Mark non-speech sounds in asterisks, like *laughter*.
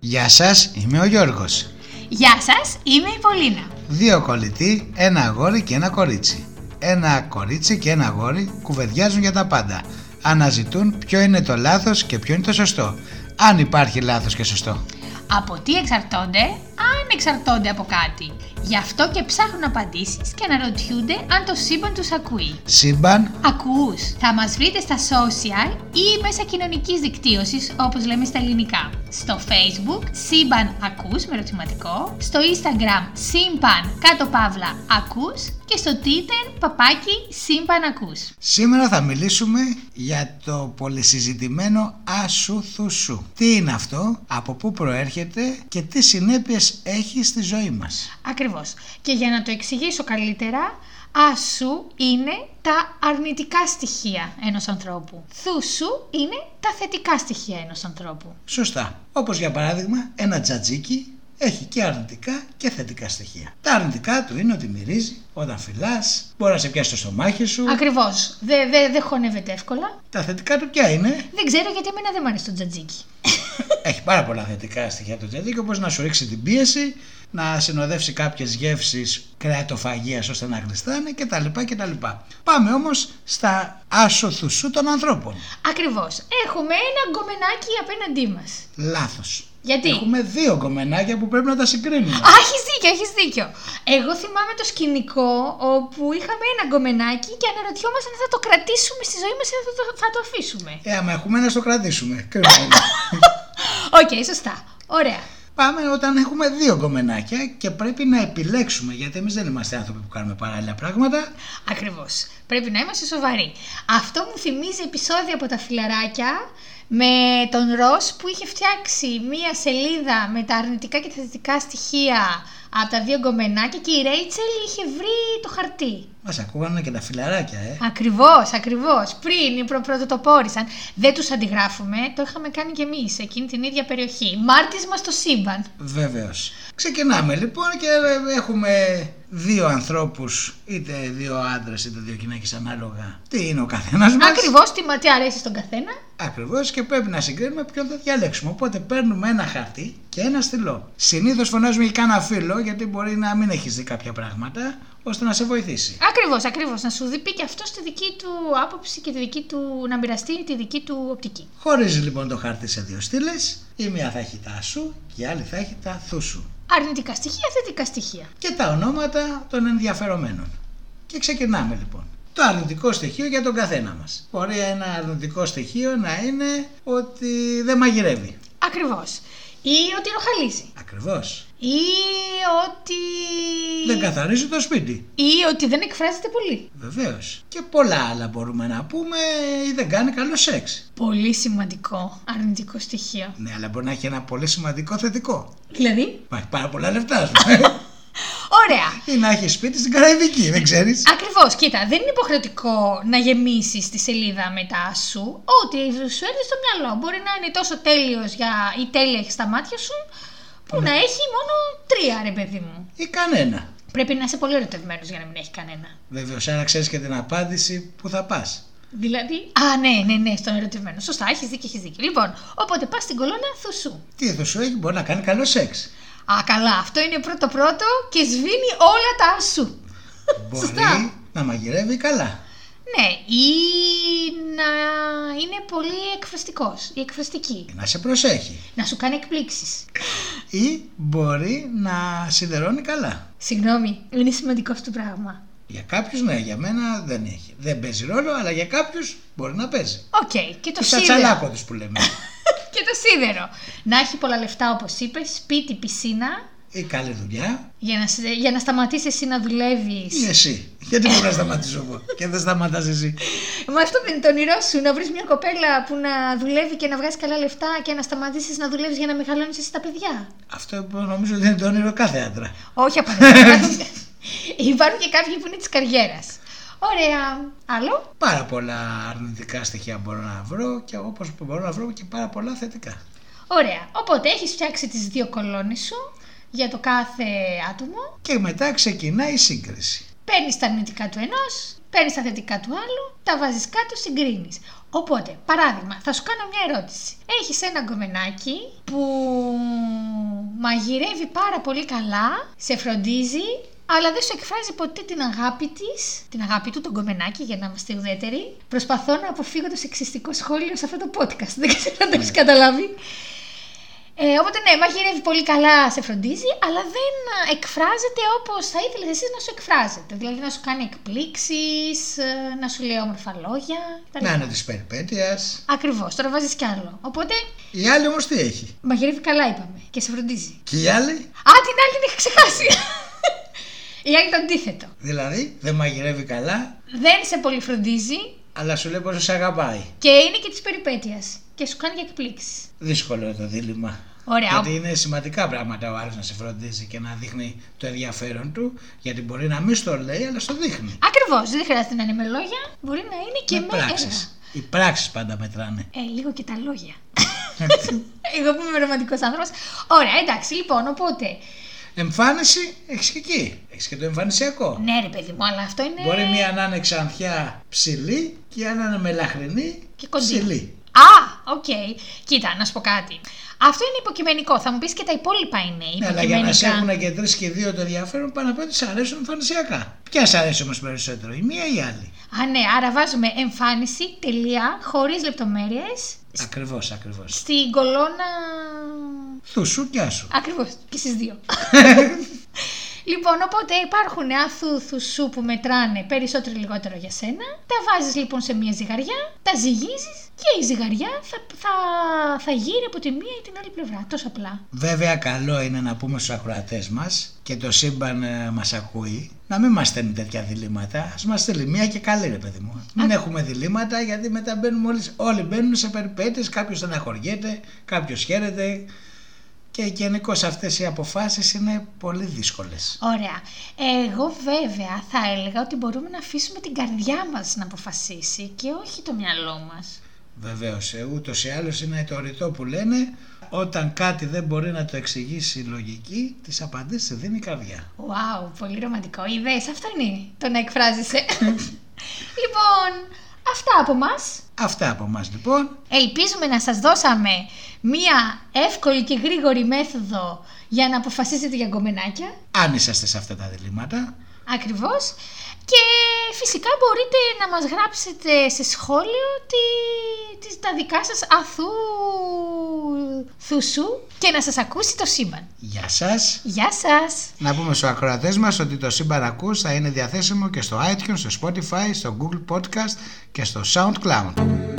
Γεια σας, είμαι ο Γιώργος. Γεια σας, είμαι η Πολίνα. Δύο κολλητοί, ένα αγόρι και ένα κορίτσι. Ένα κορίτσι και ένα αγόρι κουβεντιάζουν για τα πάντα. Αναζητούν ποιο είναι το λάθος και ποιο είναι το σωστό. Αν υπάρχει λάθος και σωστό. Από τι εξαρτώνται, αν εξαρτώνται από κάτι. Γι' αυτό και ψάχνουν απαντήσεις και αναρωτιούνται αν το σύμπαν τους ακούει. Σύμπαν, Ακούς, θα μας βρείτε στα social ή μέσα κοινωνικής δικτύωσης όπως λέμε στα ελληνικά. Στο facebook σύμπαν ακούς με ερωτηματικό, στο instagram σύμπαν κάτω παύλα ακούς και στο twitter παπάκι σύμπαν ακούς. σήμερα θα μιλήσουμε για το πολυσυζητημένο ασουθουσού. Τι είναι αυτό, από πού προέρχεται και τι συνέπειες έχει στη ζωή μας. Ακριβώς. Και για να το εξηγήσω καλύτερα, ασου είναι τα αρνητικά στοιχεία ενός ανθρώπου. Θουσου είναι τα θετικά στοιχεία ενός ανθρώπου. Σωστά. Όπως για παράδειγμα, ένα τζατζίκι έχει και αρνητικά και θετικά στοιχεία. Τα αρνητικά του είναι ότι μυρίζει όταν φυλάς, μπορεί να σε πιάσει το στομάχι σου. Ακριβώς. Δεν δε, δε χωνεύεται εύκολα. Τα θετικά του ποια είναι. Δεν ξέρω γιατί εμένα δεν μου αρέσει το τζατζίκι. Έχει πάρα πολλά θετικά στοιχεία το τζατζίκι, όπως να σου ρίξει την πίεση, να συνοδεύσει κάποιες γεύσεις κρεατοφαγίας ώστε να γλιστράνε κτλ. κτλ. Πάμε όμως στα άσοθουσού των ανθρώπων. Ακριβώς. Έχουμε ένα γκομενάκι απέναντί μας. Λάθος. Γιατί? Έχουμε δύο κομμενάκια που πρέπει να τα συγκρίνουμε. Α, έχεις δίκιο, έχεις δίκιο. Εγώ θυμάμαι το σκηνικό όπου είχαμε ένα γκομενάκι και αναρωτιόμασταν αν θα το κρατήσουμε στη ζωή μας ή θα το, θα το αφήσουμε. Ε, άμα έχουμε ένα, το κρατήσουμε. Κρίμα είναι. Οκ, σωστά. Ωραία. Πάμε όταν έχουμε δύο κομμενάκια και πρέπει να επιλέξουμε γιατί εμείς δεν είμαστε άνθρωποι που κάνουμε παράλληλα πράγματα. Ακριβώς. Πρέπει να είμαστε σοβαροί. Αυτό μου θυμίζει επεισόδια από τα φιλαράκια με τον Ρος που είχε φτιάξει μία σελίδα με τα αρνητικά και τα θετικά στοιχεία από τα δύο γκομενάκια και η Ρέιτσελ είχε βρει το χαρτί. Μας ακούγανε και τα φιλαράκια, ε. Ακριβώς, ακριβώς. Πριν οι προ- πρωτοτοπόρησαν. Δεν τους αντιγράφουμε, το είχαμε κάνει κι εμείς εκείνη την ίδια περιοχή. Μάρτισμα στο σύμπαν. Βεβαίως. Ξεκινάμε λοιπόν και έχουμε δύο ανθρώπους, είτε δύο άντρες είτε δύο γυναίκες ανάλογα. Τι είναι ο καθένας μας. Ακριβώς τι ματιά αρέσει στον καθένα. Ακριβώς και πρέπει να συγκρίνουμε ποιον θα διαλέξουμε. Οπότε παίρνουμε ένα χαρτί και ένα στυλό. Συνήθως φωνάζουμε και κάνα φίλο γιατί μπορεί να μην έχεις δει κάποια πράγματα ώστε να σε βοηθήσει. Ακριβώς, ακριβώς. Να σου δει πει και αυτό τη δική του άποψη και τη δική του. να μοιραστεί τη δική του οπτική. Χωρίζει λοιπόν το χαρτί σε δύο στήλες. Η μία θα έχει τα σου και η άλλη θα έχει τα θου σου. Αρνητικά στοιχεία, θετικά στοιχεία. Και τα ονόματα των ενδιαφερομένων. Και ξεκινάμε λοιπόν. Το αρνητικό στοιχείο για τον καθένα μας. Μπορεί ένα αρνητικό στοιχείο να είναι ότι δεν μαγειρεύει. Ακριβώς. Ή ότι ροχαλίζει. Ακριβώς. Ή ότι. Δεν καθαρίζει το σπίτι. Ή ότι δεν εκφράζεται πολύ. Βεβαίως. Και πολλά άλλα μπορούμε να πούμε ή δεν κάνει καλό σεξ. Πολύ σημαντικό αρνητικό στοιχείο. Ναι, αλλά μπορεί να έχει ένα πολύ σημαντικό θετικό. Δηλαδή. Υπάρχει πάρα πολλά λεφτά, ας πούμε. Ωραία. ή να έχει σπίτι στην Καραϊβική, δεν ξέρεις. Ακριβώς, κοίτα, δεν είναι υποχρεωτικό να γεμίσεις τη σελίδα μετά σου. Ό,τι σου έρθει στο μυαλό. Μπορεί να είναι τόσο τέλειος για... ή τέλεια έχει στα μάτια σου, που να έχει μόνο τρία, ρε παιδί μου. Ή κανένα. Πρέπει να είσαι πολύ ερωτευμένος για να μην έχει κανένα. Βεβαίως, άρα ξέρεις και την απάντηση που θα πας. Δηλαδή. Α, ναι, ναι, ναι, στον ερωτευμένο. Σωστά, έχεις δίκιο, έχεις δίκιο. Λοιπόν, οπότε πας στην κολόνα θουσού. Τι εδώ σου έχει, μπορεί να κάνει καλό σεξ. Α, καλά, αυτό είναι πρώτο-πρώτο και σβήνει όλα τα σου. μπορεί να μαγειρεύει καλά. Ναι, ή να είναι πολύ εκφραστικός ή εκφραστική. Να σε προσέχει. Να σου κάνει εκπλήξεις. Ή μπορεί να σιδερώνει καλά. Συγγνώμη, είναι σημαντικό αυτό το πράγμα. Για κάποιους ναι, για μένα δεν έχει. Δεν παίζει ρόλο, αλλά για κάποιους μπορεί να παίζει. Οκ, και το Του σίδερο. σατσαλάκο του που λέμε. και το σίδερο. Να έχει πολλά λεφτά όπως είπες, σπίτι, πισίνα, Ή καλή δουλειά, για να, σε- για να σταματήσει εσύ να δουλεύεις. ή εσύ. Γιατί μπορεί να σταματήσω εγώ και δεν σταματάς εσύ. Μα αυτό δεν είναι το όνειρό σου, να βρεις μια κοπέλα που να δουλεύει και να βγάζει καλά λεφτά και να σταματήσεις να δουλεύεις για να μεγαλώνεις εσύ τα παιδιά. Αυτό που νομίζω ότι είναι το όνειρο κάθε άντρα. Όχι απαραίτητα. Υπάρχουν και κάποιοι που είναι της καριέρας. Ωραία. Άλλο. Πάρα πολλά αρνητικά στοιχεία μπορώ να βρω και όπως μπορώ να βρω και πάρα πολλά θετικά. Ωραία. Οπότε έχεις φτιάξει τις δύο κολόνες σου για το κάθε άτομο. Και μετά ξεκινάει η σύγκριση. Παίρνεις τα αρνητικά του ενός, παίρνεις τα θετικά του άλλου, τα βάζεις κάτω, συγκρίνεις. Οπότε, παράδειγμα, θα σου κάνω μια ερώτηση. Έχεις ένα γκομενάκι που μαγειρεύει πάρα πολύ καλά, σε φροντίζει, αλλά δεν σου εκφράζει ποτέ την αγάπη της, την αγάπη του, τον κομμενάκι, για να είμαστε ουδέτεροι. Προσπαθώ να αποφύγω το σεξιστικό σχόλιο σε αυτό το podcast. Δεν ξέρω αν το έχεις καταλάβει. Ε, οπότε ναι, μαγειρεύει πολύ καλά, σε φροντίζει, αλλά δεν α, εκφράζεται όπως θα ήθελες εσύ να σου εκφράζεται. Δηλαδή να σου κάνει εκπλήξεις, να σου λέει όμορφα λόγια. κτλ. Να είναι της περιπέτειας. Ακριβώς, τώρα βάζεις κι άλλο. Οπότε Η άλλη όμως τι έχει. μαγειρεύει καλά, είπαμε, και σε φροντίζει. Και η άλλη, Α, την άλλη την είχα ξεχάσει. Η άλλη το αντίθετο. δηλαδή, δεν μαγειρεύει καλά, Δεν σε πολύ φροντίζει αλλά σου λέει πόσο σε αγαπάει. και είναι και της περιπέτειας. Και σου κάνει και εκπλήξεις. Δύσκολο το δίλημα. Ωραία. Γιατί είναι σημαντικά πράγματα ο άλλος να σε φροντίζει και να δείχνει το ενδιαφέρον του, γιατί μπορεί να μην στο λέει, αλλά στο δείχνει. Ακριβώς. Δεν χρειάζεται να είναι με λόγια. Μπορεί να είναι και με, ε. έργα. πράξεις. Οι πράξεις πάντα μετράνε. Ε, λίγο και τα λόγια. *laughs* Εγώ που είμαι ρομαντικός άνθρωπος. Ωραία, εντάξει, λοιπόν, οπότε. Εμφάνιση έχεις και εκεί. Έχεις και το εμφανισιακό. Ναι, ρε παιδί μου, αλλά αυτό είναι. Μπορεί μία να είναι ξανθιά ψηλή και η άλλη να είναι μελαχρινή Και κοντή. ψηλή. Α, οκ. Κοίτα, να σου πω κάτι. Αυτό είναι υποκειμενικό. Θα μου πεις και τα υπόλοιπα είναι Ναι, υποκειμενικά. αλλά για να σε έχουν και τρεις και δύο το ενδιαφέρον, πάνω απ' όλα σ' αρέσουν εμφανισιακά. Ποια σ' αρέσει όμως περισσότερο, η μία ή η άλλη. Α, ναι, άρα βάζουμε εμφάνιση, τελεία, χωρί λεπτομέρειες, Ακριβώς, ακριβώς. στην κολόνα. Θουσού και άσου. Ακριβώς. Και στις δύο. λοιπόν, οπότε υπάρχουν αθούθου σου που μετράνε περισσότερο ή λιγότερο για σένα. Τα βάζεις λοιπόν σε μια ζυγαριά, τα ζυγίζεις και η ζυγαριά θα, θα, θα γύρει από τη μία ή την άλλη πλευρά. Τόσο απλά. Βέβαια, καλό είναι να πούμε στους ακροατές μας και το σύμπαν μας ακούει να μην μας στέλνει τέτοια διλήμματα. Ας μας στέλνει μία και καλή, ρε παιδί μου. Μην έχουμε διλήμματα γιατί μετά μπαίνουμε όλοι, όλοι μπαίνουν σε περιπέτειες. Κάποιος στεναχωριέται, κάποιος χαίρεται. Και γενικώς αυτές οι αποφάσεις είναι πολύ δύσκολες. Ωραία. Εγώ βέβαια θα έλεγα ότι μπορούμε να αφήσουμε την καρδιά μας να αποφασίσει και όχι το μυαλό μας. Βεβαίως, ούτω ε, ή άλλως είναι το ρητό που λένε όταν κάτι δεν μπορεί να το εξηγήσει η λογική, τις απαντήσεις δίνει η καρδιά. Wow, πολύ ρομαντικό. Ιδέες, αυτό είναι το να εκφράζεσαι. λοιπόν, αυτά από μας. Αυτά από εμά λοιπόν. Ελπίζουμε να σας δώσαμε μία εύκολη και γρήγορη μέθοδο για να αποφασίσετε για γκομενάκια. Αν είσαστε σε αυτά τα διλήμματα, Ακριβώς. Και φυσικά μπορείτε να μας γράψετε σε σχόλιο τη, τις- τα δικά σας αθού θουσού και να σας ακούσει το σύμπαν. γεια σας. Γεια σας! Να πούμε στους ακροατές μας ότι το Σύμπαν Ακούς θα είναι διαθέσιμο και στο iTunes, στο Spotify, στο Google Podcast και στο SoundCloud.